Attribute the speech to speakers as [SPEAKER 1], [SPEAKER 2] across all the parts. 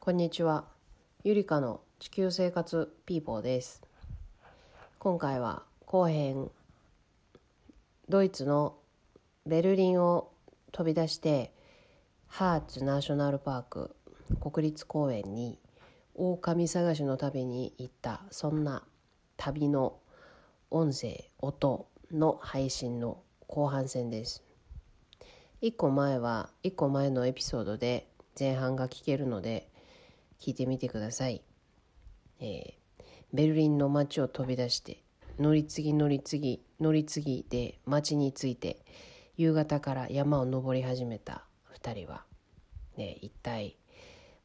[SPEAKER 1] こんにちは。ゆりかの地球生活ピーポーです。今回は後編、ドイツのベルリンを飛び出して、ハーツナショナルパーク国立公園に狼探しの旅に行った、そんな旅の音声、音の配信の後半戦です。1個前は、1個前のエピソードで前半が聞けるので、聞いてみてください、えーベルリンの街を飛び出して乗り継ぎ乗り継ぎ乗り継ぎで街に着いて夕方から山を登り始めた2人は、ね、一体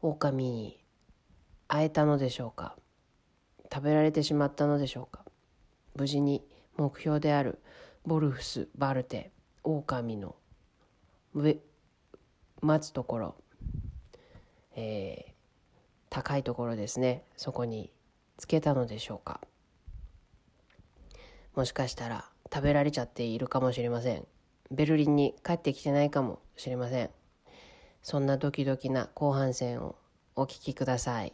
[SPEAKER 1] 狼に会えたのでしょうか食べられてしまったのでしょうか無事に目標であるボルフス・バルテ狼の上待つところ、えー高いところですねそこにつけたのでしょうかもしかしたら食べられちゃっているかもしれませんベルリンに帰ってきてないかもしれませんそんなドキドキな後半戦をお聞きください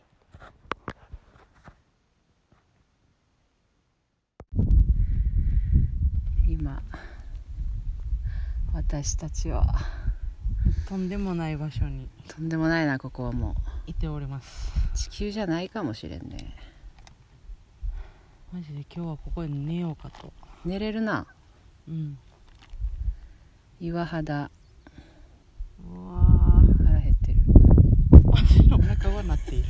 [SPEAKER 2] 今私たちは
[SPEAKER 3] とんでもない場所に
[SPEAKER 2] とんでもないなここはも
[SPEAKER 3] いております
[SPEAKER 2] う地球じゃないかもしれんね
[SPEAKER 3] マジで今日はここで寝ようかと
[SPEAKER 2] 寝れるな
[SPEAKER 3] うん
[SPEAKER 2] 岩肌
[SPEAKER 3] うわ
[SPEAKER 2] 腹減ってる
[SPEAKER 3] ーマジでお腹はなっている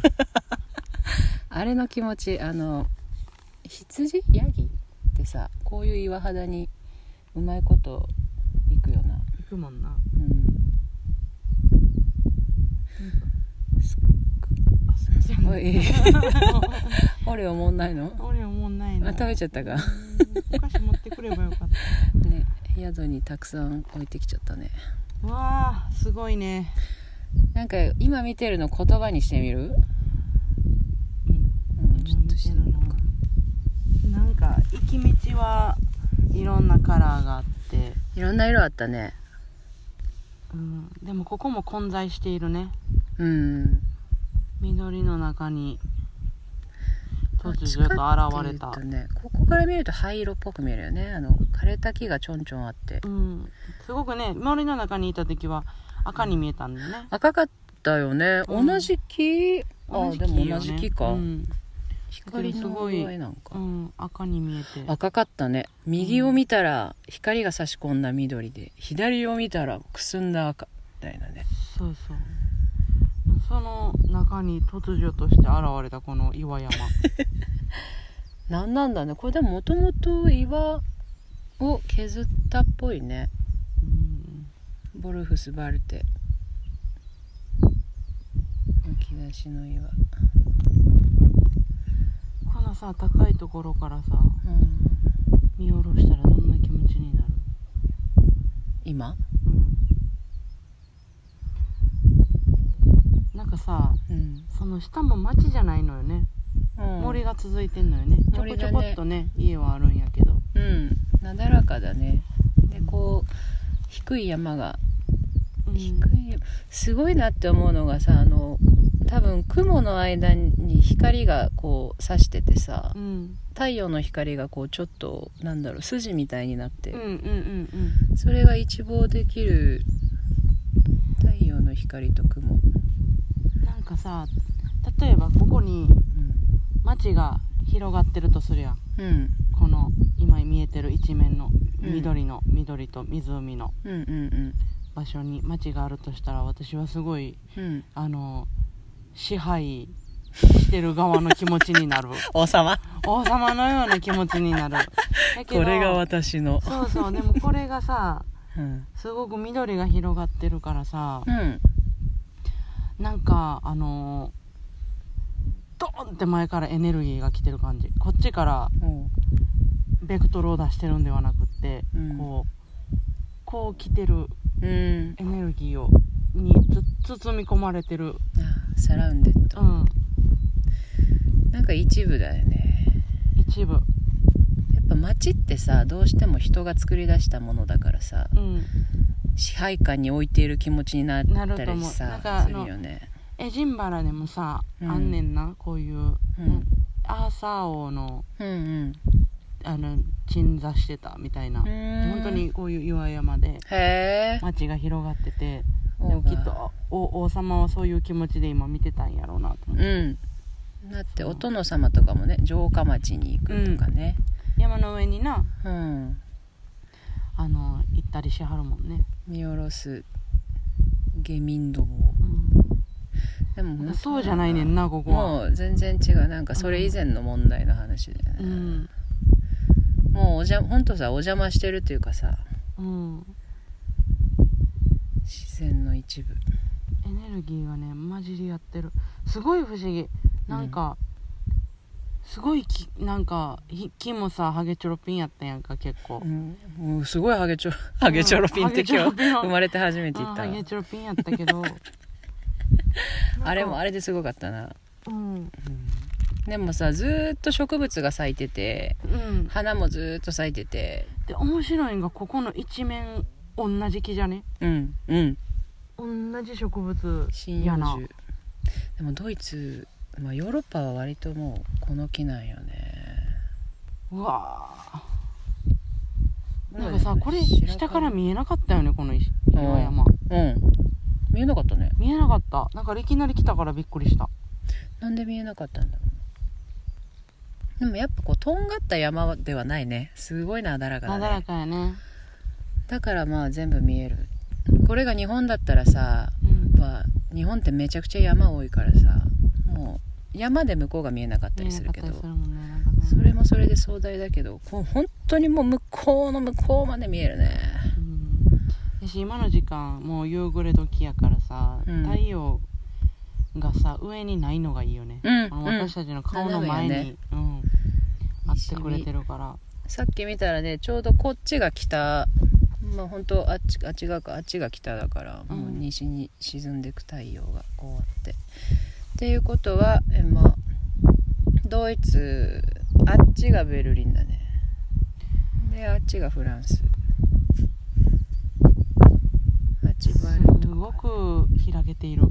[SPEAKER 2] あれの気持ちあの羊ヤギってさこういう岩肌にうまいこといくよな
[SPEAKER 3] 行くもんな
[SPEAKER 2] うん
[SPEAKER 3] あすいません
[SPEAKER 2] おいあれおもんないの
[SPEAKER 3] 俺はもうない
[SPEAKER 2] あ
[SPEAKER 3] の
[SPEAKER 2] 食べちゃったか
[SPEAKER 3] お菓子持ってくればよかっ
[SPEAKER 2] ね宿にたくさん置いてきちゃったね
[SPEAKER 3] たわあすごいね
[SPEAKER 2] なんか今見てるの言葉にしてみる
[SPEAKER 3] うん
[SPEAKER 2] うんちょっとしてみようか
[SPEAKER 3] なんか行き道はいろんなカラーがあって、
[SPEAKER 2] いろんな色あったね
[SPEAKER 3] うん、でもここも混在しているね
[SPEAKER 2] うん
[SPEAKER 3] 緑の中に突如と現れ
[SPEAKER 2] ど
[SPEAKER 3] た
[SPEAKER 2] っちかっていうとね、ここから見ると灰色っぽく見えるよねあの枯れた木がちょんちょんあって
[SPEAKER 3] うん、すごくね森の中にいた時は赤に見えたんだよね、
[SPEAKER 2] 赤かったよね、
[SPEAKER 3] うん
[SPEAKER 2] 同じ木あ
[SPEAKER 3] 同じ
[SPEAKER 2] で
[SPEAKER 3] 木よね
[SPEAKER 2] も同じ木か、
[SPEAKER 3] うん、
[SPEAKER 2] 光
[SPEAKER 3] す
[SPEAKER 2] の
[SPEAKER 3] ご
[SPEAKER 2] 具
[SPEAKER 3] い
[SPEAKER 2] 合なん
[SPEAKER 3] う
[SPEAKER 2] か、
[SPEAKER 3] ん赤に見えて
[SPEAKER 2] 赤かったね右を見たら光が差し込んだ緑で左を見たらくすんだ赤みたいなね
[SPEAKER 3] そうそうその中に突如として現れたこの 岩山
[SPEAKER 2] なんなんだねこれでももともと岩を削ったっぽいね
[SPEAKER 3] うん
[SPEAKER 2] ボルフスバルテむき出しの岩
[SPEAKER 3] このさ高いところからさ
[SPEAKER 2] うん
[SPEAKER 3] 見下ろしたらどんな気持ちになる、
[SPEAKER 2] 今、
[SPEAKER 3] うん、なんかさ
[SPEAKER 2] うん
[SPEAKER 3] その下も町じゃないのよね、森が続いてんのよねちょこちょこっとね家はあるんやけど
[SPEAKER 2] うんなだらかだねでこう低い山が
[SPEAKER 3] うん
[SPEAKER 2] 低いすごいなって思うのがさあの多分雲の間に光がこう差しててさ
[SPEAKER 3] うん
[SPEAKER 2] 太陽の光がこうちょっとなんだろう筋みたいになって
[SPEAKER 3] うんうんうん
[SPEAKER 2] それが一望できる太陽の光と雲、
[SPEAKER 3] うんなんかさ例えばここに街が広がってるとするやん
[SPEAKER 2] うん、うん
[SPEAKER 3] この今見えてる一面
[SPEAKER 2] う
[SPEAKER 3] の
[SPEAKER 2] ん
[SPEAKER 3] 緑の、緑と湖の
[SPEAKER 2] うんうん
[SPEAKER 3] 場所に街があるとしたら私はすごい
[SPEAKER 2] うん
[SPEAKER 3] あの支配してる側の気持ちにな る
[SPEAKER 2] 王様
[SPEAKER 3] 王様のような気持ちになるだけど
[SPEAKER 2] これが私の
[SPEAKER 3] そうそうでもこれがさ
[SPEAKER 2] うん、
[SPEAKER 3] すごく緑が広がってるからさ、
[SPEAKER 2] うん、
[SPEAKER 3] なんかあのードーンって前からエネルギーが来てる感じこっちから
[SPEAKER 2] おう
[SPEAKER 3] ベクトルを出してるんではなくって、
[SPEAKER 2] うん
[SPEAKER 3] こうこう来てる
[SPEAKER 2] うん
[SPEAKER 3] エネルギーをにつ包み込まれてる
[SPEAKER 2] ああサラウンデッド、
[SPEAKER 3] うん
[SPEAKER 2] なんか一部だよね
[SPEAKER 3] 一部
[SPEAKER 2] やっぱ街ってさどうしても人が作り出したものだからさ
[SPEAKER 3] うん
[SPEAKER 2] 支配下に置いている気持ちになっ
[SPEAKER 3] なる
[SPEAKER 2] た
[SPEAKER 3] と
[SPEAKER 2] り
[SPEAKER 3] 思うなん
[SPEAKER 2] さ
[SPEAKER 3] かあ
[SPEAKER 2] する
[SPEAKER 3] の
[SPEAKER 2] よね
[SPEAKER 3] エジンバラでもさ、
[SPEAKER 2] うん
[SPEAKER 3] あんねんなこういう
[SPEAKER 2] うん
[SPEAKER 3] アーサー王の
[SPEAKER 2] うん
[SPEAKER 3] あの鎮座してたみたいな、
[SPEAKER 2] うんうん
[SPEAKER 3] 本当にこういう岩山で
[SPEAKER 2] へえ
[SPEAKER 3] 街が広がってて
[SPEAKER 2] 王
[SPEAKER 3] でも
[SPEAKER 2] が
[SPEAKER 3] きっとお王様はそういう気持ちで今見てたんやろうなと思って、
[SPEAKER 2] うんだってお殿様とかもね城下町に行くとかね
[SPEAKER 3] 山の上にな
[SPEAKER 2] うん
[SPEAKER 3] あの行ったりしはるもんね、
[SPEAKER 2] 見下ろす下民どもでも
[SPEAKER 3] なん
[SPEAKER 2] 本
[SPEAKER 3] か
[SPEAKER 2] 当
[SPEAKER 3] そうじゃないねんなここは、
[SPEAKER 2] もう全然違うなんかそれ以前の問題の話で、ね
[SPEAKER 3] うん
[SPEAKER 2] もうおじゃほんとさお邪魔してるというかさ
[SPEAKER 3] うん、
[SPEAKER 2] 自然の一部
[SPEAKER 3] エネルギーがね混じり合ってるすごい不思議なんか、すごいきなんかひ木もさハゲチョロピンやったやんか結構、
[SPEAKER 2] うん、もうすごいハゲチョロハゲチョロピンって
[SPEAKER 3] ハゲチョ
[SPEAKER 2] 今
[SPEAKER 3] ロ
[SPEAKER 2] 日
[SPEAKER 3] ピン
[SPEAKER 2] 生まれて初めて
[SPEAKER 3] う
[SPEAKER 2] 言
[SPEAKER 3] ん
[SPEAKER 2] った
[SPEAKER 3] ハ
[SPEAKER 2] わ
[SPEAKER 3] ゲチョロピンやったけど
[SPEAKER 2] あれもあ
[SPEAKER 3] れ
[SPEAKER 2] れですごかったな、
[SPEAKER 3] うん
[SPEAKER 2] でもさずーっと植物が咲いてて
[SPEAKER 3] うん
[SPEAKER 2] 花もずーっと咲いてて
[SPEAKER 3] で面白いんがここの一面同じ木じゃね
[SPEAKER 2] うんうん
[SPEAKER 3] 同じ植物
[SPEAKER 2] 針
[SPEAKER 3] や
[SPEAKER 2] 葉
[SPEAKER 3] な
[SPEAKER 2] 樹でもドイツ、まあ、ヨーロッパは割ともうこの木なんよね
[SPEAKER 3] うわーなんかさこれ
[SPEAKER 2] 白
[SPEAKER 3] 下から
[SPEAKER 2] 壁
[SPEAKER 3] 見えなかったよねこの石岩山
[SPEAKER 2] うん見えなかったね
[SPEAKER 3] 見えなかったなんかいきなり来たからびっくりした
[SPEAKER 2] なんで見えなかったんだろうでもやっぱこうとんがった山ではないねすごいなだらかだ
[SPEAKER 3] な
[SPEAKER 2] ね
[SPEAKER 3] だらかやね
[SPEAKER 2] だからまあ全部見えるこれが日本だったらさ
[SPEAKER 3] うん
[SPEAKER 2] やっぱ日本ってめちゃくちゃ山多いからさもう山で向こうが見えなかったりするけど、
[SPEAKER 3] 見えなかったりするもんねなんかね
[SPEAKER 2] それもそれで壮大だけどこう本当にもう向こうの向こうまで見えるね
[SPEAKER 3] うん私今の時間もう夕暮れ時やからさ、
[SPEAKER 2] うん
[SPEAKER 3] 太陽がさ上にないのがいいよね、
[SPEAKER 2] うん
[SPEAKER 3] あの
[SPEAKER 2] うん
[SPEAKER 3] 私たちの顔の前
[SPEAKER 2] 斜
[SPEAKER 3] に、
[SPEAKER 2] めやね
[SPEAKER 3] うん、あってくれてるから
[SPEAKER 2] さっき見たらねちょうどこっちが北まあ本当あっちあっち側かあっちが北だから
[SPEAKER 3] うん
[SPEAKER 2] もう西に沈んでいく太陽がこうあって。っていうことはえまあドイツあっちがベルリンだねであっちがフランスあちバル
[SPEAKER 3] す
[SPEAKER 2] ト
[SPEAKER 3] ごく開けている、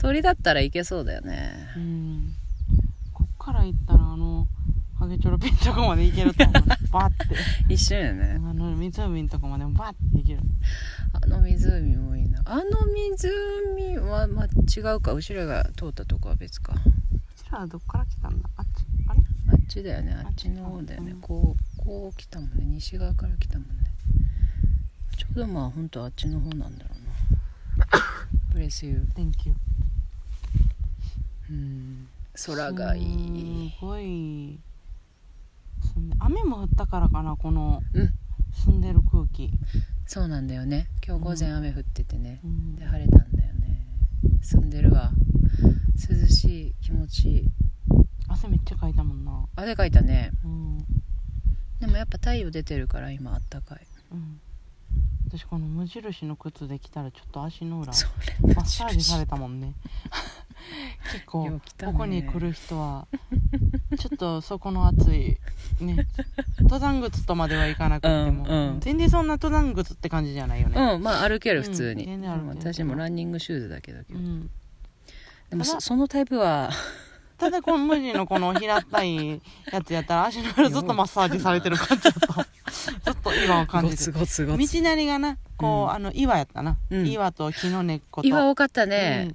[SPEAKER 2] 鳥だったらいけそうだよね
[SPEAKER 3] うん、こっから行ったらあのハゲチョロピンとこまで行けると思 うバッて
[SPEAKER 2] 一瞬や
[SPEAKER 3] あ
[SPEAKER 2] ね
[SPEAKER 3] の湖のとこまでもバッて行ける
[SPEAKER 2] あの湖もいいなあの湖は、まあ、違うか後ろが通ったとこは別か
[SPEAKER 3] こちらはどっから来たんだあっちあれ
[SPEAKER 2] あっちだよねあっちの方だよ
[SPEAKER 3] あっち
[SPEAKER 2] ね
[SPEAKER 3] か
[SPEAKER 2] こうこう来たもんね西側から来たもんねちょうどまあ本当あっちの方なんだろう なブレスユー
[SPEAKER 3] Thank you
[SPEAKER 2] うん空がいい
[SPEAKER 3] すごいそんで雨も降ったからかなこの、
[SPEAKER 2] うん
[SPEAKER 3] 澄んでる空気、
[SPEAKER 2] そうなんだよね今日午前雨降っててね
[SPEAKER 3] うん
[SPEAKER 2] で晴れたんだよね住んでるわ涼しい気持ちいい
[SPEAKER 3] 汗めっちゃかいたもんな
[SPEAKER 2] 汗かいたね
[SPEAKER 3] うん、
[SPEAKER 2] でもやっぱ太陽出てるから今あったかい
[SPEAKER 3] うん、私この無印の靴で来たらちょっと足の裏
[SPEAKER 2] そ
[SPEAKER 3] マッサージされたも んね結構、
[SPEAKER 2] よう来たね
[SPEAKER 3] ここに来る人はちょっとそこの暑いね登山靴とまではいかなくても、
[SPEAKER 2] うんうん
[SPEAKER 3] 全然そんな登山靴って感じじゃないよね、
[SPEAKER 2] うんまあ歩ける普通に、
[SPEAKER 3] うん全然歩ける
[SPEAKER 2] 私もランニングシューズだけど
[SPEAKER 3] うん
[SPEAKER 2] でも
[SPEAKER 3] た
[SPEAKER 2] そ
[SPEAKER 3] だ
[SPEAKER 2] そのタイプは
[SPEAKER 3] ただこの無地のこの平たいやつやったら足の裏ずっとマッサージされてる感じだったずっと岩を感
[SPEAKER 2] ゴ
[SPEAKER 3] じて
[SPEAKER 2] ツ
[SPEAKER 3] る
[SPEAKER 2] ゴツゴ
[SPEAKER 3] 道
[SPEAKER 2] ツ
[SPEAKER 3] なりがなこう、
[SPEAKER 2] うん
[SPEAKER 3] あの岩やったな、
[SPEAKER 2] うん
[SPEAKER 3] 岩と木の根っこと
[SPEAKER 2] 岩多かったね、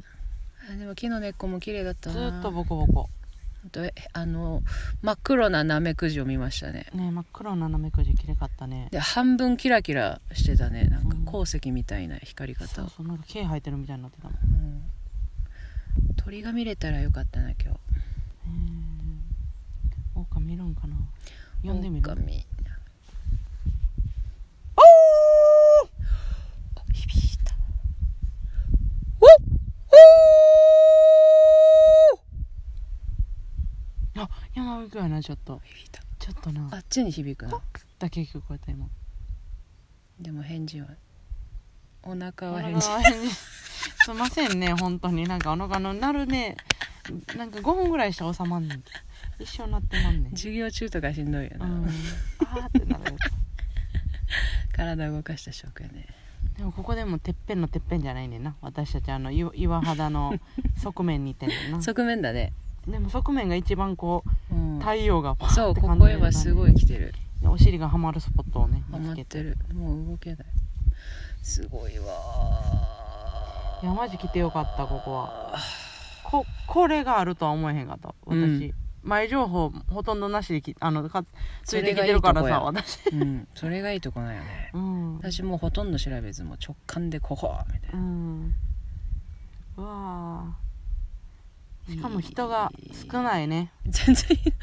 [SPEAKER 2] あでも木の根っこも綺麗だっ
[SPEAKER 3] う
[SPEAKER 2] た
[SPEAKER 3] んず
[SPEAKER 2] な
[SPEAKER 3] ーっとボコボコ
[SPEAKER 2] ほんとえあの真っ黒なナメクジを見ましたね
[SPEAKER 3] ね真っ黒な斜めくじきれかったね
[SPEAKER 2] で半分キラキラしてたねなんか
[SPEAKER 3] うん
[SPEAKER 2] 鉱石みたいな光り方、
[SPEAKER 3] そうそうなんか毛生えてるみたいになってたもん、
[SPEAKER 2] うん鳥が見れたらよかったな今日
[SPEAKER 3] えー、オオカミいるんかな呼んでみる
[SPEAKER 2] 狼響いた
[SPEAKER 3] あ山行くやなちょっと
[SPEAKER 2] 響いた
[SPEAKER 3] ちょっとな
[SPEAKER 2] あっちに響くな
[SPEAKER 3] だけ聞こえた今
[SPEAKER 2] でも返事はお腹
[SPEAKER 3] お
[SPEAKER 2] は
[SPEAKER 3] 腹
[SPEAKER 2] 返事
[SPEAKER 3] が変にすいませんね本当になんかあのあのなるねなんか5分ぐらいしたら収まんねん一緒になってまんねん、
[SPEAKER 2] 授業中とかしんどいよ
[SPEAKER 3] う
[SPEAKER 2] な、
[SPEAKER 3] ん、あーってなる
[SPEAKER 2] 体動かした証拠やね
[SPEAKER 3] でもここでもてっぺんのてっぺんじゃないねんな私たちあの岩岩肌の側面にいてんねんな
[SPEAKER 2] 側面だね、
[SPEAKER 3] でも側面が一番こう
[SPEAKER 2] うん、
[SPEAKER 3] 太陽がパー
[SPEAKER 2] そ
[SPEAKER 3] っ
[SPEAKER 2] う
[SPEAKER 3] て
[SPEAKER 2] こ
[SPEAKER 3] 感じ
[SPEAKER 2] こへ
[SPEAKER 3] る
[SPEAKER 2] はすごい来てる
[SPEAKER 3] でお尻がはまるスポットをね
[SPEAKER 2] ハ
[SPEAKER 3] 見
[SPEAKER 2] マ
[SPEAKER 3] つ
[SPEAKER 2] っ
[SPEAKER 3] け
[SPEAKER 2] て
[SPEAKER 3] て
[SPEAKER 2] るもう動けないすごいわ
[SPEAKER 3] いやマジ来てよかったここはここれがあるとは思えへんかった私、
[SPEAKER 2] うん
[SPEAKER 3] 前情報ほとんどなしできあのかつ
[SPEAKER 2] そ
[SPEAKER 3] い
[SPEAKER 2] れ
[SPEAKER 3] て
[SPEAKER 2] が
[SPEAKER 3] き
[SPEAKER 2] い
[SPEAKER 3] て
[SPEAKER 2] い
[SPEAKER 3] る
[SPEAKER 2] とこ
[SPEAKER 3] からさ
[SPEAKER 2] や
[SPEAKER 3] 私
[SPEAKER 2] うんそれがいいとこなんよね
[SPEAKER 3] うん、
[SPEAKER 2] 私もうほとんど調べずもう直感でここみたいな
[SPEAKER 3] うん、うわーしかも人が少ないね
[SPEAKER 2] 全然いないさ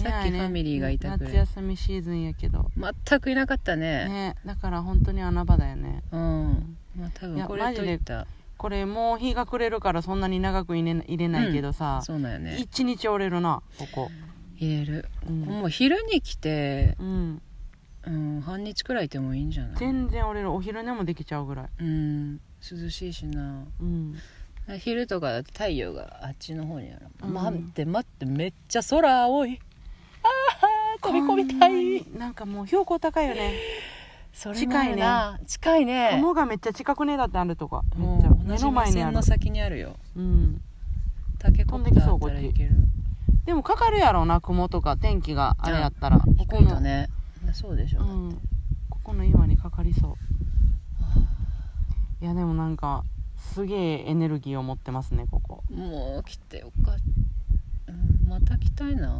[SPEAKER 2] っ
[SPEAKER 3] ない
[SPEAKER 2] き
[SPEAKER 3] ね
[SPEAKER 2] ファミリーがいたくら
[SPEAKER 3] 夏
[SPEAKER 2] い
[SPEAKER 3] 休みシーズンやけど
[SPEAKER 2] 全くいなかったね
[SPEAKER 3] ねだから本当に穴場だよね
[SPEAKER 2] うんまあ多
[SPEAKER 3] い
[SPEAKER 2] 分
[SPEAKER 3] や
[SPEAKER 2] これといった
[SPEAKER 3] これもう日が暮れるからそんなに長く入れな入れないけどさ、
[SPEAKER 2] そうなんよね
[SPEAKER 3] 一日折れるなここ
[SPEAKER 2] 入れる
[SPEAKER 3] うん、
[SPEAKER 2] もう昼に来て
[SPEAKER 3] うん、
[SPEAKER 2] うん半日くらいいてもいいんじゃない
[SPEAKER 3] 全然折れるお昼寝もできちゃうぐらい
[SPEAKER 2] うん涼しいしな
[SPEAKER 3] うん
[SPEAKER 2] 昼とかだと太陽があっちの方にあるもん、
[SPEAKER 3] うん
[SPEAKER 2] 待って待ってめっちゃ空青いあー飛び込みた
[SPEAKER 3] こんないになんかもう標高高いよね
[SPEAKER 2] それもあるな近いね
[SPEAKER 3] 雲がめっちゃ近くねだってあるとかめっちゃ
[SPEAKER 2] もう同
[SPEAKER 3] 目
[SPEAKER 2] じ
[SPEAKER 3] の
[SPEAKER 2] 目
[SPEAKER 3] 前にあ
[SPEAKER 2] 線
[SPEAKER 3] る
[SPEAKER 2] の、先にあるよ
[SPEAKER 3] うん、
[SPEAKER 2] タケコプターだったらいける
[SPEAKER 3] でもかかるやろうな雲とか天気があれやったらこ
[SPEAKER 2] 低
[SPEAKER 3] こ
[SPEAKER 2] いと
[SPEAKER 3] の、
[SPEAKER 2] ねそうでしょ、
[SPEAKER 3] う、
[SPEAKER 2] うん
[SPEAKER 3] ここの岩にかかりそういやでもなんかすげえエネルギーを持ってますねここ
[SPEAKER 2] もう来てよかった、うん、また来たいな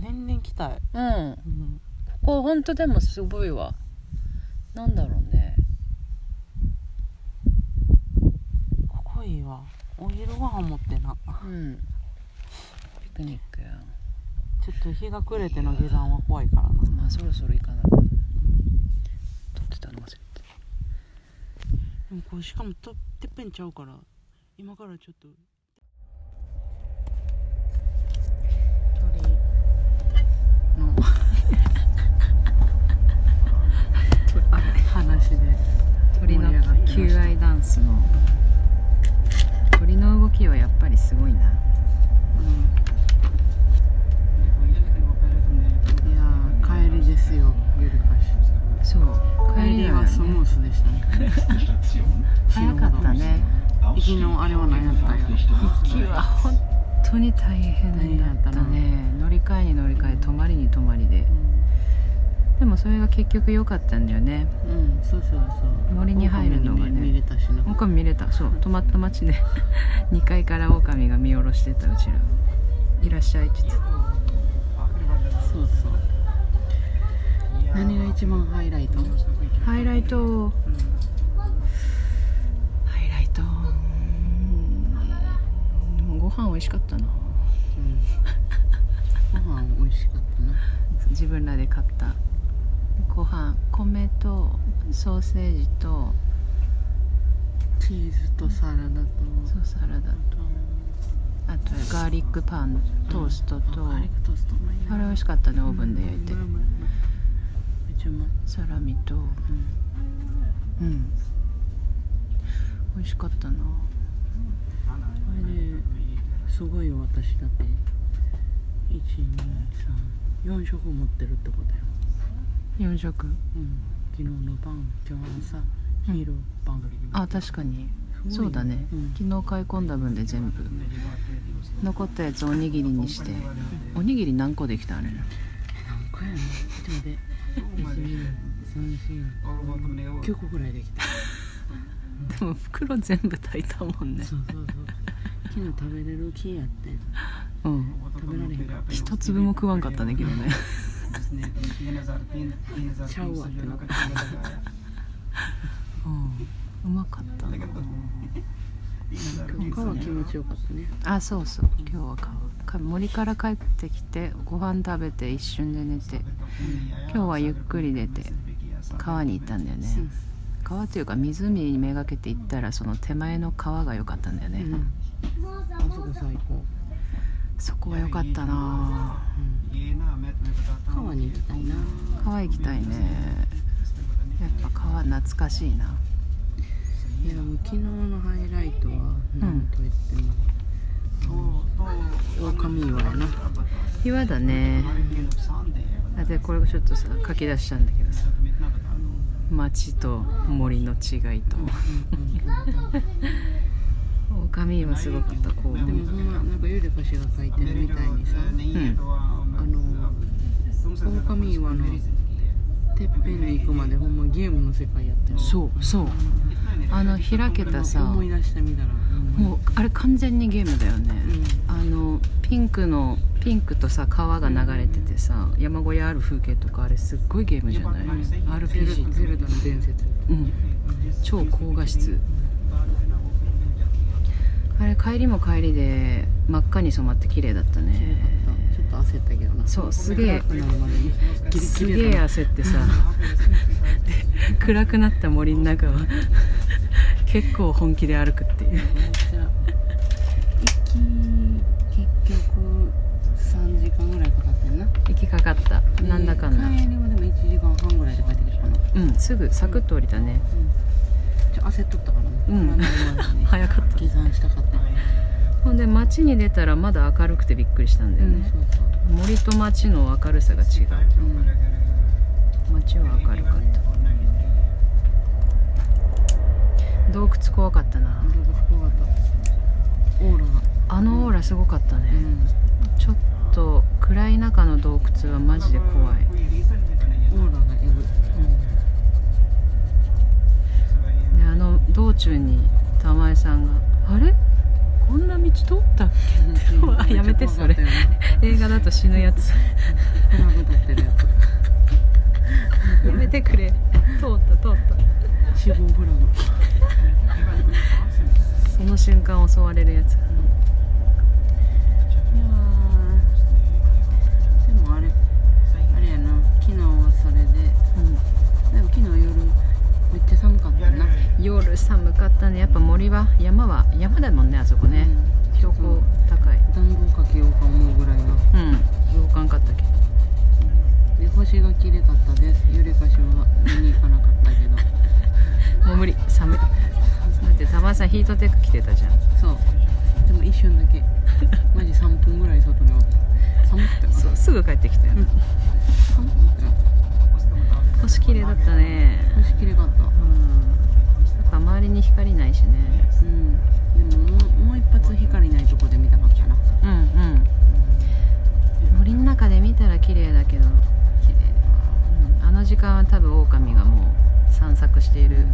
[SPEAKER 3] 年々来たい、
[SPEAKER 2] うん
[SPEAKER 3] うん、
[SPEAKER 2] ここほんとでもすごいわなんだろうね
[SPEAKER 3] ここいいわお昼ご飯持ってな
[SPEAKER 2] うんピクニックや
[SPEAKER 3] ちょっと日が暮れての下山は怖いからな
[SPEAKER 2] まあそろそろ行かなきゃ撮ってたの忘れてた
[SPEAKER 3] でもこうしかもとてっぺんちゃうから今からちょっと鳥の話で
[SPEAKER 2] 鳥の求愛ダンスの鳥の動きはやっぱりすごいな
[SPEAKER 3] いやー帰りですよゆるかし
[SPEAKER 1] そう
[SPEAKER 3] 帰
[SPEAKER 1] 帰
[SPEAKER 3] り
[SPEAKER 1] り
[SPEAKER 3] は
[SPEAKER 1] は
[SPEAKER 3] スムースでしたね
[SPEAKER 1] 早かったね
[SPEAKER 3] 行きのあれは何やったんや行きは本
[SPEAKER 1] 本当に大
[SPEAKER 3] 当に
[SPEAKER 1] 変
[SPEAKER 3] やった
[SPEAKER 1] だ
[SPEAKER 3] な、
[SPEAKER 1] ね乗り換えに乗り換え泊まりに泊まりででもそれが結局良かったんだよね
[SPEAKER 3] うんそうそうそう
[SPEAKER 1] 森に入るのがね
[SPEAKER 3] 見れたしな
[SPEAKER 1] 狼見れたそう泊まった町で 2階から狼が見下ろしてたうちらいらっしゃいって言って
[SPEAKER 3] そうそう何が一番ハイライト
[SPEAKER 1] ハイライトハイライトうんご飯美味しかったな
[SPEAKER 3] ご飯美味しかったな
[SPEAKER 1] 自分らで買ったご飯米とソーセージと
[SPEAKER 3] チーズとサラダと
[SPEAKER 1] そうサラダあとガーリックパントーストと、
[SPEAKER 3] ガーリックトーストうまいな
[SPEAKER 1] あれ美味しかったねオーブンで焼いて
[SPEAKER 3] うまいうまいうまいめっちゃうまい
[SPEAKER 1] サラミとうん、美味しかったな
[SPEAKER 3] あれですごいよ私だって1234食持ってるってことよ、
[SPEAKER 1] 4食
[SPEAKER 3] うん、昨日の晩今日の朝昼晩、
[SPEAKER 1] あ確かに
[SPEAKER 3] すごい
[SPEAKER 1] そうだね、
[SPEAKER 3] うん
[SPEAKER 1] 昨日買い込んだ分で全部残ったやつおにぎりにしておにぎり何個できたあれ
[SPEAKER 3] 何回やねちょっと 待って12345九個ぐらいできた
[SPEAKER 1] でも袋全部炊いたもんね
[SPEAKER 3] そうそうそう昨日食べれる気やって
[SPEAKER 1] うん
[SPEAKER 3] 食べられへんかっ
[SPEAKER 1] 一粒も食わんかったね昨 日ね
[SPEAKER 3] たちゃうわってなった
[SPEAKER 1] うんうまかったな
[SPEAKER 3] 他は気持ちよかったね
[SPEAKER 1] あそうそう今日は買うか森から帰ってきてご飯食べて一瞬で寝て今日はゆっくり出て川に行ったんだよね、川というか湖にめがけて行ったらその手前の川が良かったんだよね、
[SPEAKER 3] うんあそこ最高
[SPEAKER 1] そこは良かったな
[SPEAKER 3] 川に行きたいな
[SPEAKER 1] 川行きたいねやっぱ川懐かしいない
[SPEAKER 3] やもう昨日のハイライトは何と言っても、オオカミ岩やな
[SPEAKER 1] 岩だねあでこれちょっとさ書き出したんだけどさ
[SPEAKER 2] 町と森の違いと狼はすごかったこうで
[SPEAKER 3] でも
[SPEAKER 2] も
[SPEAKER 3] ほんまなんかゆりかしが書いてるみたいにさ
[SPEAKER 2] うん
[SPEAKER 3] あの狼岩のてっぺんに行くまでほんまゲームの世界やったよ
[SPEAKER 2] そうそうあの開けたさ
[SPEAKER 3] 思い出してみたら
[SPEAKER 2] もうあれ完全にゲームだよね、
[SPEAKER 3] うん
[SPEAKER 2] あのピンクのピンクとさ川が流れててさ山小屋ある風景とかあれすっごいゲームじゃない RPG
[SPEAKER 3] ゼルダの伝説
[SPEAKER 2] うん超高画質あれ帰りも帰りで真っ赤に染まって綺麗だった
[SPEAKER 3] 綺麗
[SPEAKER 2] ね
[SPEAKER 3] だったちょっと焦ったけどな
[SPEAKER 2] そうすげえ
[SPEAKER 3] 暗くなるまでにギリ
[SPEAKER 2] す
[SPEAKER 3] ギ
[SPEAKER 2] げ
[SPEAKER 3] リ
[SPEAKER 2] え
[SPEAKER 3] だな
[SPEAKER 2] 焦ってさで暗くなった森の中を 結構本気で歩くっていう
[SPEAKER 3] めっちゃ行き結局3時間ぐらいかかってんな
[SPEAKER 2] 行きかかった
[SPEAKER 3] で
[SPEAKER 2] なんだかんだ
[SPEAKER 3] 帰りはでも1時間半ぐらいで帰ってきたかな
[SPEAKER 2] うんすぐサクッと降りたね
[SPEAKER 3] ちょっと焦っとったから
[SPEAKER 2] う
[SPEAKER 3] ね
[SPEAKER 2] ん
[SPEAKER 3] 暗くなるまでに
[SPEAKER 2] 早かった
[SPEAKER 3] 下山したかったよね
[SPEAKER 2] ほんで街に出たらまだ明るくてびっくりしたんだ
[SPEAKER 3] う
[SPEAKER 2] よ
[SPEAKER 3] ん
[SPEAKER 2] ね
[SPEAKER 3] そ、うそう
[SPEAKER 2] 森と街の明るさが違う街は明るかった洞窟怖かったな
[SPEAKER 3] なんかすごかったオーラが
[SPEAKER 2] あのオーラすごかったね、
[SPEAKER 3] うん
[SPEAKER 2] ちょっと暗い中の洞窟はマジで怖い
[SPEAKER 3] オーラがエグい
[SPEAKER 2] であの道中に玉江さんが「あれこんな道通ったっ
[SPEAKER 3] うん
[SPEAKER 2] うわ やめてそれ
[SPEAKER 3] 怖かったよね
[SPEAKER 2] け?」映画だと死ぬやつ
[SPEAKER 3] フラグ立ってるや
[SPEAKER 2] やめてくれ通った通った
[SPEAKER 3] つ 死亡フラグ
[SPEAKER 2] その瞬間襲われるやつ
[SPEAKER 3] いやーでもあれあれやな昨日はそれで
[SPEAKER 2] う
[SPEAKER 3] でも昨日夜めっちゃ寒かったな、
[SPEAKER 2] ん夜寒かったねやっぱ森は山は山だもんねあそこね、
[SPEAKER 3] うん
[SPEAKER 2] 標高高い
[SPEAKER 3] 暖房かけようか思うぐらいの
[SPEAKER 2] うん動かんかったけど
[SPEAKER 3] で星が綺麗かったですゆりかしは見に行かなかった けど
[SPEAKER 2] もう無理寒いだって玉井さんヒートテック着てたじゃん
[SPEAKER 3] そうでも一瞬だけマジ3分ぐらい外におった寒くて
[SPEAKER 2] そうすぐ帰ってきたよ、
[SPEAKER 3] うん寒くて
[SPEAKER 2] 星綺麗だったね
[SPEAKER 3] 星綺麗かった
[SPEAKER 2] うんなんか周りに光ないしね
[SPEAKER 3] うんでももうもう一発光ないとこで見たかったな
[SPEAKER 2] うんうん森の中で見たら綺麗だけど、
[SPEAKER 3] 綺麗だな
[SPEAKER 2] うんあの時間は多分狼がもう散策している、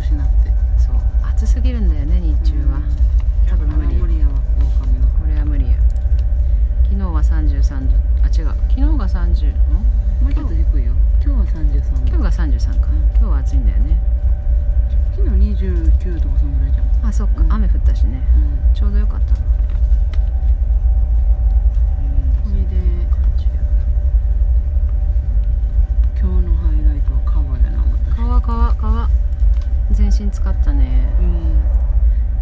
[SPEAKER 3] 涼しなって
[SPEAKER 2] そう暑すぎるんだよね日中は、多分
[SPEAKER 3] あ
[SPEAKER 2] 無理
[SPEAKER 3] 無理やわ狼が
[SPEAKER 2] これは無理や昨日は33度あ違う昨日が30ん
[SPEAKER 3] もうちょっと低いよ今日は33
[SPEAKER 2] 今
[SPEAKER 3] 度
[SPEAKER 2] 日が33か今日は暑いんだよね
[SPEAKER 3] 昨日29とかそんぐらいじゃん
[SPEAKER 2] あそっか、
[SPEAKER 3] うん
[SPEAKER 2] 雨降ったしね
[SPEAKER 3] うん
[SPEAKER 2] ちょうどよかったな
[SPEAKER 3] それで今日のハイライトは川やなまた
[SPEAKER 2] 川川川全身使ったね
[SPEAKER 3] うん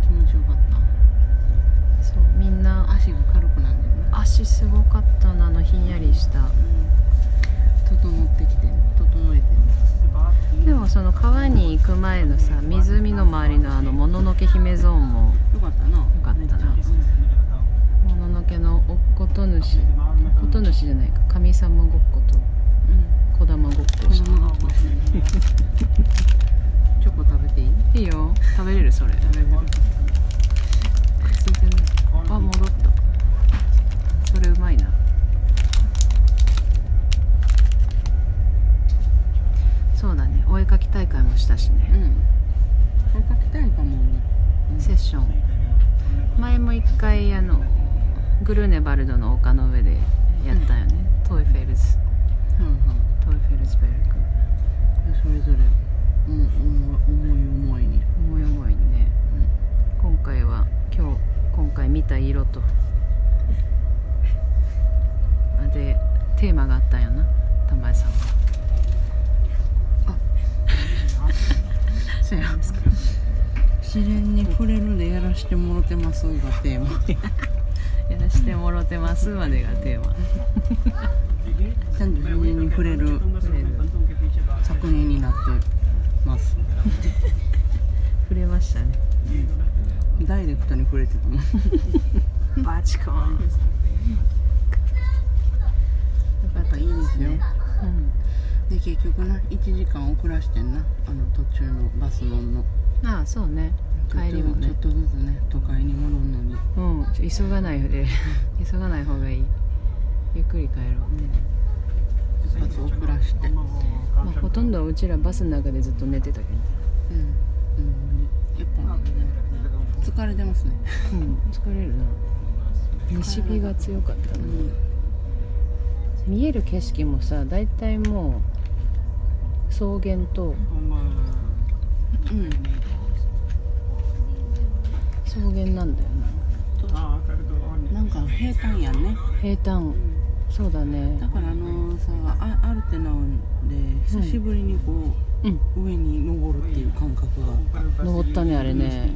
[SPEAKER 3] 気持ちよかっ
[SPEAKER 2] そうみん
[SPEAKER 3] た
[SPEAKER 2] な
[SPEAKER 3] 足が軽くなんねんな
[SPEAKER 2] 足すごかったなあのひんやりした
[SPEAKER 3] うん整ってきて整えて
[SPEAKER 2] でもその川に行く前のさ湖の周りのあのもののけ姫ゾーンも
[SPEAKER 3] よかったなよ
[SPEAKER 2] かったなもののけのおっこと主おっこと主じゃないか神様ごっこと
[SPEAKER 3] うん
[SPEAKER 2] こだまごっこ
[SPEAKER 3] 子
[SPEAKER 2] し
[SPEAKER 3] 供がこうしてるチョコ食べていい
[SPEAKER 2] ていいよ食べれるそれ
[SPEAKER 3] 食べれる
[SPEAKER 2] あ戻ったそれうまいなそうだねお絵かき大会もしたし
[SPEAKER 3] う
[SPEAKER 2] ね、
[SPEAKER 3] んこれ書きたいかもうん
[SPEAKER 2] セッション前も一回あのグルーネバルドの丘の上でやったよね、トイフェルス
[SPEAKER 3] はいはい
[SPEAKER 2] トイフェルスベルク
[SPEAKER 3] それぞれもう思い思い思いに
[SPEAKER 2] 思い思いにね、今回は今日今回見た色とあでテーマがあったんやな玉井さんは
[SPEAKER 3] そうや自然に触れるでやらしてもろてますがテーマち
[SPEAKER 2] やらしてもろてますまでがテーマ
[SPEAKER 3] ゃんと自然に触れる作品になってます
[SPEAKER 2] 触れましたね
[SPEAKER 3] ダイレクトに触れてたもん
[SPEAKER 2] バチコーンよかった
[SPEAKER 3] いいです
[SPEAKER 2] う
[SPEAKER 3] よ
[SPEAKER 2] ん
[SPEAKER 3] で結局な1時間遅らしてんなあの途中のバス乗んの
[SPEAKER 2] ああそうね
[SPEAKER 3] ちょっと
[SPEAKER 2] 帰りもね
[SPEAKER 3] ちょっとずつね都会に戻るのに
[SPEAKER 2] うんちょ急がないで 急がない方がいいゆっくり帰ろうって、
[SPEAKER 3] 一発遅らしてうん、
[SPEAKER 2] まあ、ほとんどうちらバスの中でずっと寝てたけ
[SPEAKER 3] うん、やっぱ疲れてますね
[SPEAKER 2] ど、うん、疲れるな西日が強かった
[SPEAKER 3] う
[SPEAKER 2] な、
[SPEAKER 3] ん
[SPEAKER 2] 見える景色もさ大体もう草原と
[SPEAKER 3] うん
[SPEAKER 2] 草原なんだよ
[SPEAKER 3] なんか平坦やね
[SPEAKER 2] な平坦そうだね
[SPEAKER 3] だからあのさあアルテナウンで久しぶりにこう、上に登るっていう感覚が
[SPEAKER 2] 登ったねあれね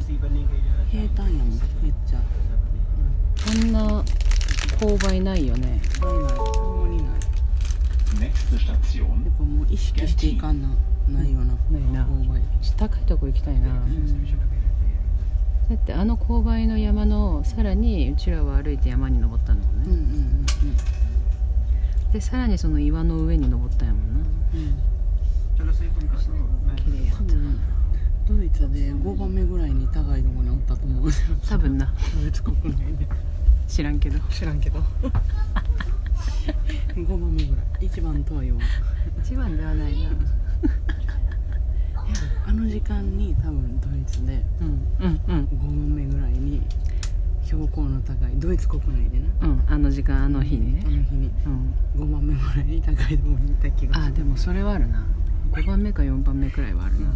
[SPEAKER 3] 平坦やもんめっちゃ
[SPEAKER 2] こんな勾配ないよね
[SPEAKER 3] ないないほんまにない
[SPEAKER 4] Nächste Station.
[SPEAKER 3] やっぱもう意識していかんなないよな
[SPEAKER 2] ないな
[SPEAKER 3] 勾配
[SPEAKER 2] 高いとこ行きたいなだってあの勾配の山のさらにうちらは歩いて山に登ったんだもん
[SPEAKER 3] うん
[SPEAKER 2] ね、
[SPEAKER 3] うんうん
[SPEAKER 2] でさらにその岩の上に登ったんやもんな
[SPEAKER 3] うんうん
[SPEAKER 2] 綺麗や
[SPEAKER 3] 多分ドイツで5番目ぐらいに高いとこにおったと 思う
[SPEAKER 2] 多分な
[SPEAKER 3] ドイツ国内で
[SPEAKER 2] 知らんけど
[SPEAKER 3] 知らんけど5番目ぐらい一番遠いわ
[SPEAKER 2] 一番ではないな
[SPEAKER 3] あの時間に多分ドイツで
[SPEAKER 2] うんうんうん
[SPEAKER 3] 5番目ぐらいに標高の高いドイツ国内でな
[SPEAKER 2] うんあの時間あの日にね
[SPEAKER 3] あの日に
[SPEAKER 2] うん
[SPEAKER 3] 5番目ぐらいに高いとこにいた気がする
[SPEAKER 2] あでもそれはあるな5番目か4番目くらいはあるな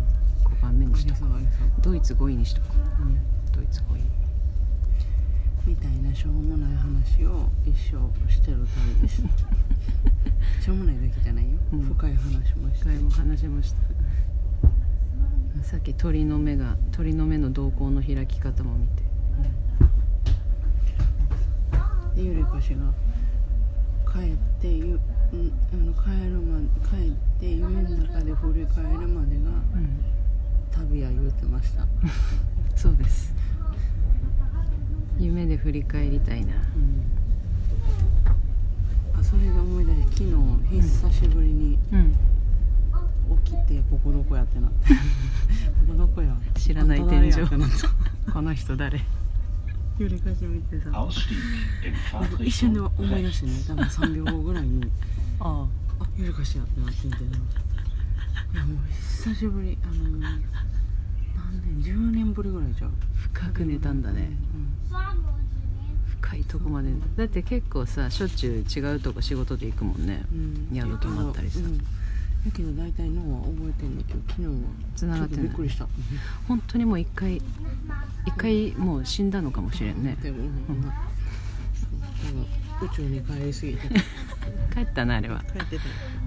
[SPEAKER 2] 5番目
[SPEAKER 3] あ
[SPEAKER 2] にし
[SPEAKER 3] り
[SPEAKER 2] と
[SPEAKER 3] そ
[SPEAKER 2] こ
[SPEAKER 3] うありそう
[SPEAKER 2] うドイツ5位にしとこ
[SPEAKER 3] うん
[SPEAKER 2] うドイツ5位
[SPEAKER 3] みたいなしょうもない話を一生してる旅で すしょうもないだけじゃないよ、
[SPEAKER 2] うん
[SPEAKER 3] 深い話もして
[SPEAKER 2] 一回も話しましたさっき鳥の目が鳥の目の瞳孔の開き方も見て
[SPEAKER 3] でゆりこ氏が帰ってゆんあの帰るま帰って夢の中で振り返るまでが
[SPEAKER 2] うん
[SPEAKER 3] 旅や言うてました、
[SPEAKER 2] そうです夢で振り返りたいな
[SPEAKER 3] あそれで思い出して昨日久しぶりに
[SPEAKER 2] うん
[SPEAKER 3] 起きてここどこやってなって ここどこや
[SPEAKER 2] 知らない
[SPEAKER 3] あんた誰
[SPEAKER 2] 天井
[SPEAKER 3] やって なった
[SPEAKER 2] この人誰
[SPEAKER 3] ゆりこ氏見てさ
[SPEAKER 4] Ausstieg in
[SPEAKER 3] なんか一瞬で
[SPEAKER 4] Fahrtrichtung
[SPEAKER 3] 思い出
[SPEAKER 4] rechts.
[SPEAKER 3] してね多分3秒後ぐらいに
[SPEAKER 2] あ
[SPEAKER 3] あゆるかしやってなってんけどいやもう久しぶりあのー、何年10年ぶりぐらいじゃう
[SPEAKER 2] 深く寝たんだね深いとこまでだって結構さしょっちゅう違うとこ仕事で行くもんね
[SPEAKER 3] うん、うん、
[SPEAKER 2] 宿泊まったりさ
[SPEAKER 3] うん、だけど大体脳は覚えてんだけど昨日は
[SPEAKER 2] 繋がってな
[SPEAKER 3] ちょっと
[SPEAKER 2] い
[SPEAKER 3] びっくりした
[SPEAKER 2] 本当にもう一回一回もう死んだのかもしれんね
[SPEAKER 3] でも、うんうん、そう多分宇宙に帰りすぎて帰
[SPEAKER 2] 帰ったなあれは
[SPEAKER 3] ってた
[SPEAKER 2] あ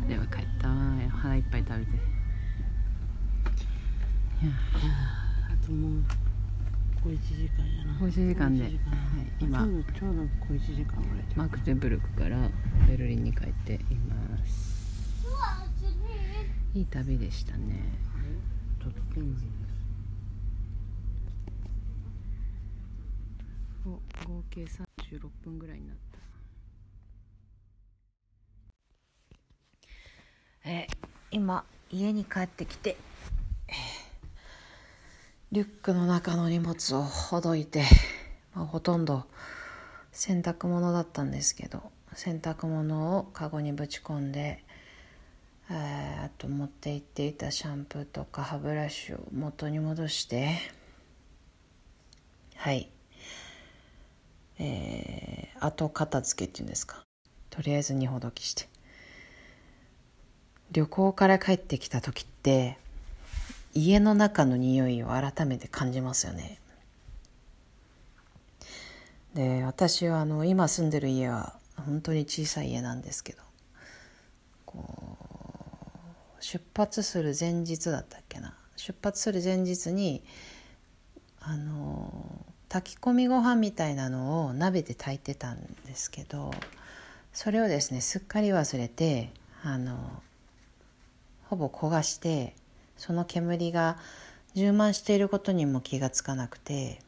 [SPEAKER 2] れは帰ったわ腹いっぱい食べていや
[SPEAKER 3] あともう小1時間やな
[SPEAKER 2] 小一時間で
[SPEAKER 3] 小一
[SPEAKER 2] はい今
[SPEAKER 3] ちょうどちょうど小1時間ぐらいじゃ
[SPEAKER 2] マ
[SPEAKER 3] う
[SPEAKER 2] クテンブルクからベルリンに帰っていますいい旅でしたね
[SPEAKER 3] とってもいいです
[SPEAKER 2] お合計36分ぐらいになった
[SPEAKER 5] えー今家に帰ってきてえーリュックの中の荷物をほどいて、まあ、ほとんど洗濯物だったんですけど洗濯物をカゴにぶち込んで、えーあと持って行っていたシャンプーとか歯ブラシを元に戻してはいえー、後片付けっていうんですかとりあえず荷ほどきして旅行から帰ってきた時って家の中の匂いを改めて感じますよねで私はあの今住んでる家は本当に小さい家なんですけどこう出発する前日だったっけな出発する前日にあの炊き込みご飯みたいなのを鍋で炊いてたんですけどそれをですねすっかり忘れてあのほぼ焦がしてその煙が充満していることにも気がつかなくて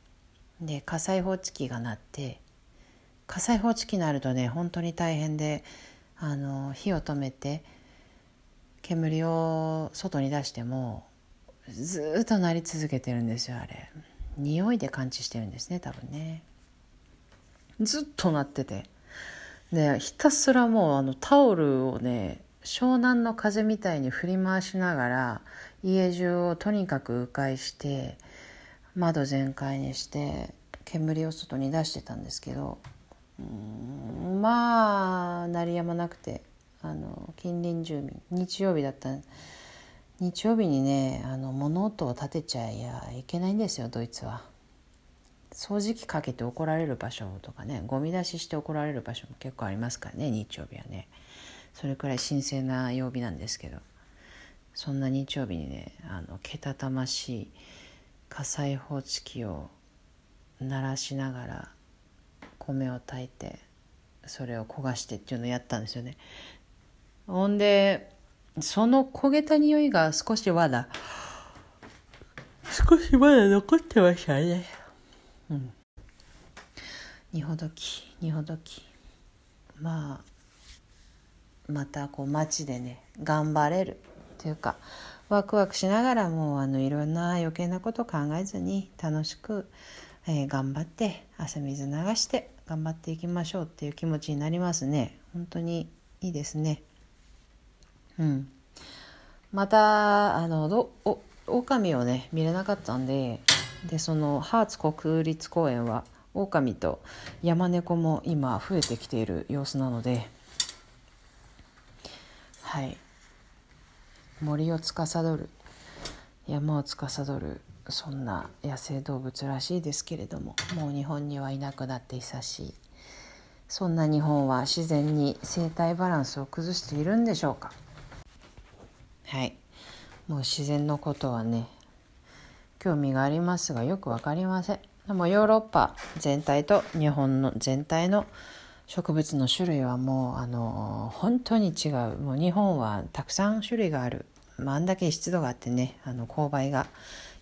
[SPEAKER 5] で火災報知器が鳴って火災報知器鳴るとね本当に大変であの火を止めて
[SPEAKER 2] 煙を外に出してもずーっと鳴り続けてるんですよあれ匂いで感知してるんですね多分ねずっと鳴っててでひたすらもうあのタオルをね湘南の風みたいに振り回しながら家中をとにかく迂回して窓全開にして煙を外に出してたんですけどうーんまあ鳴りやまなくてあの近隣住民日曜日だったん日曜日にねあの物音を立てちゃいやいけないんですよドイツは。掃除機かけて怒られる場所とかねゴミ出しして怒られる場所も結構ありますからね日曜日はねそれくらい神聖な曜日なんですけどそんな日曜日にねあのけたたましい火災報知器を鳴らしながら米を炊いてそれを焦がしてっていうのをやったんですよねほんでその焦げた匂いが少しまだ少しまだ残ってましたね二ほどき二ほどきまあまたこう街でね頑張れるというかワクワクしながらもうあのいろんな余計なこと考えずに楽しく、えー頑張って汗水流して頑張っていきましょうっていう気持ちになりますね本当にいいですねうんまたあのどお狼をね見れなかったんででそのハーツ国立公園は狼と山猫も今増えてきている様子なのではい森を司る山を司るそんな野生動物らしいですけれどももう日本にはいなくなって久しいそんな日本は自然に生態バランスを崩しているんでしょうかはいもう自然のことはね興味がありますがよくわかりませんでもヨーロッパ全体と日本の全体の植物の種類はもうあの本当に違うもう日本はたくさん種類がある、まあ、あんだけ湿度があってねあの勾配が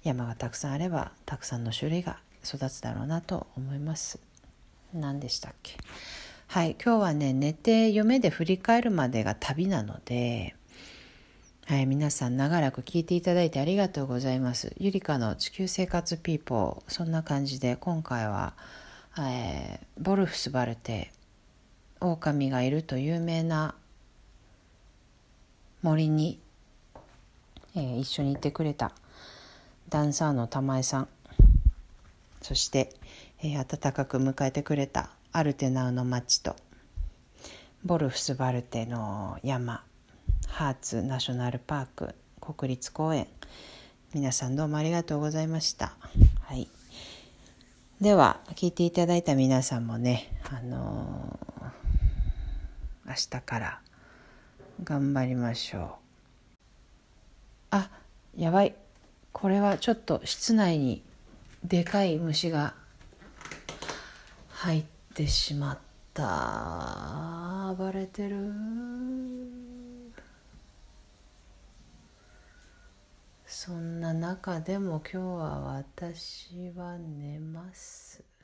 [SPEAKER 2] 山がたくさんあればたくさんの種類が育つだろうなと思います何でしたっけはい今日はね寝て夢で振り返るまでが旅なのではい、皆さん長らく聞いていただいてありがとうございます。ゆりかの地球生活ピーポー、そんな感じで今回は、えーボルフスバルテ、狼がいると有名な森に、えー一緒に行ってくれたダンサーの玉江さん、そして、えー温かく迎えてくれたアルテナウの町と、ボルフスバルテの山ハーツナショナルパーク国立公園皆さんどうもありがとうございました、はい、では聞いていただいた皆さんもね、あのー明日から頑張りましょうあやばいこれはちょっと室内にでかい虫が入ってしまった暴れてるそんな中でも今日は私は寝ます。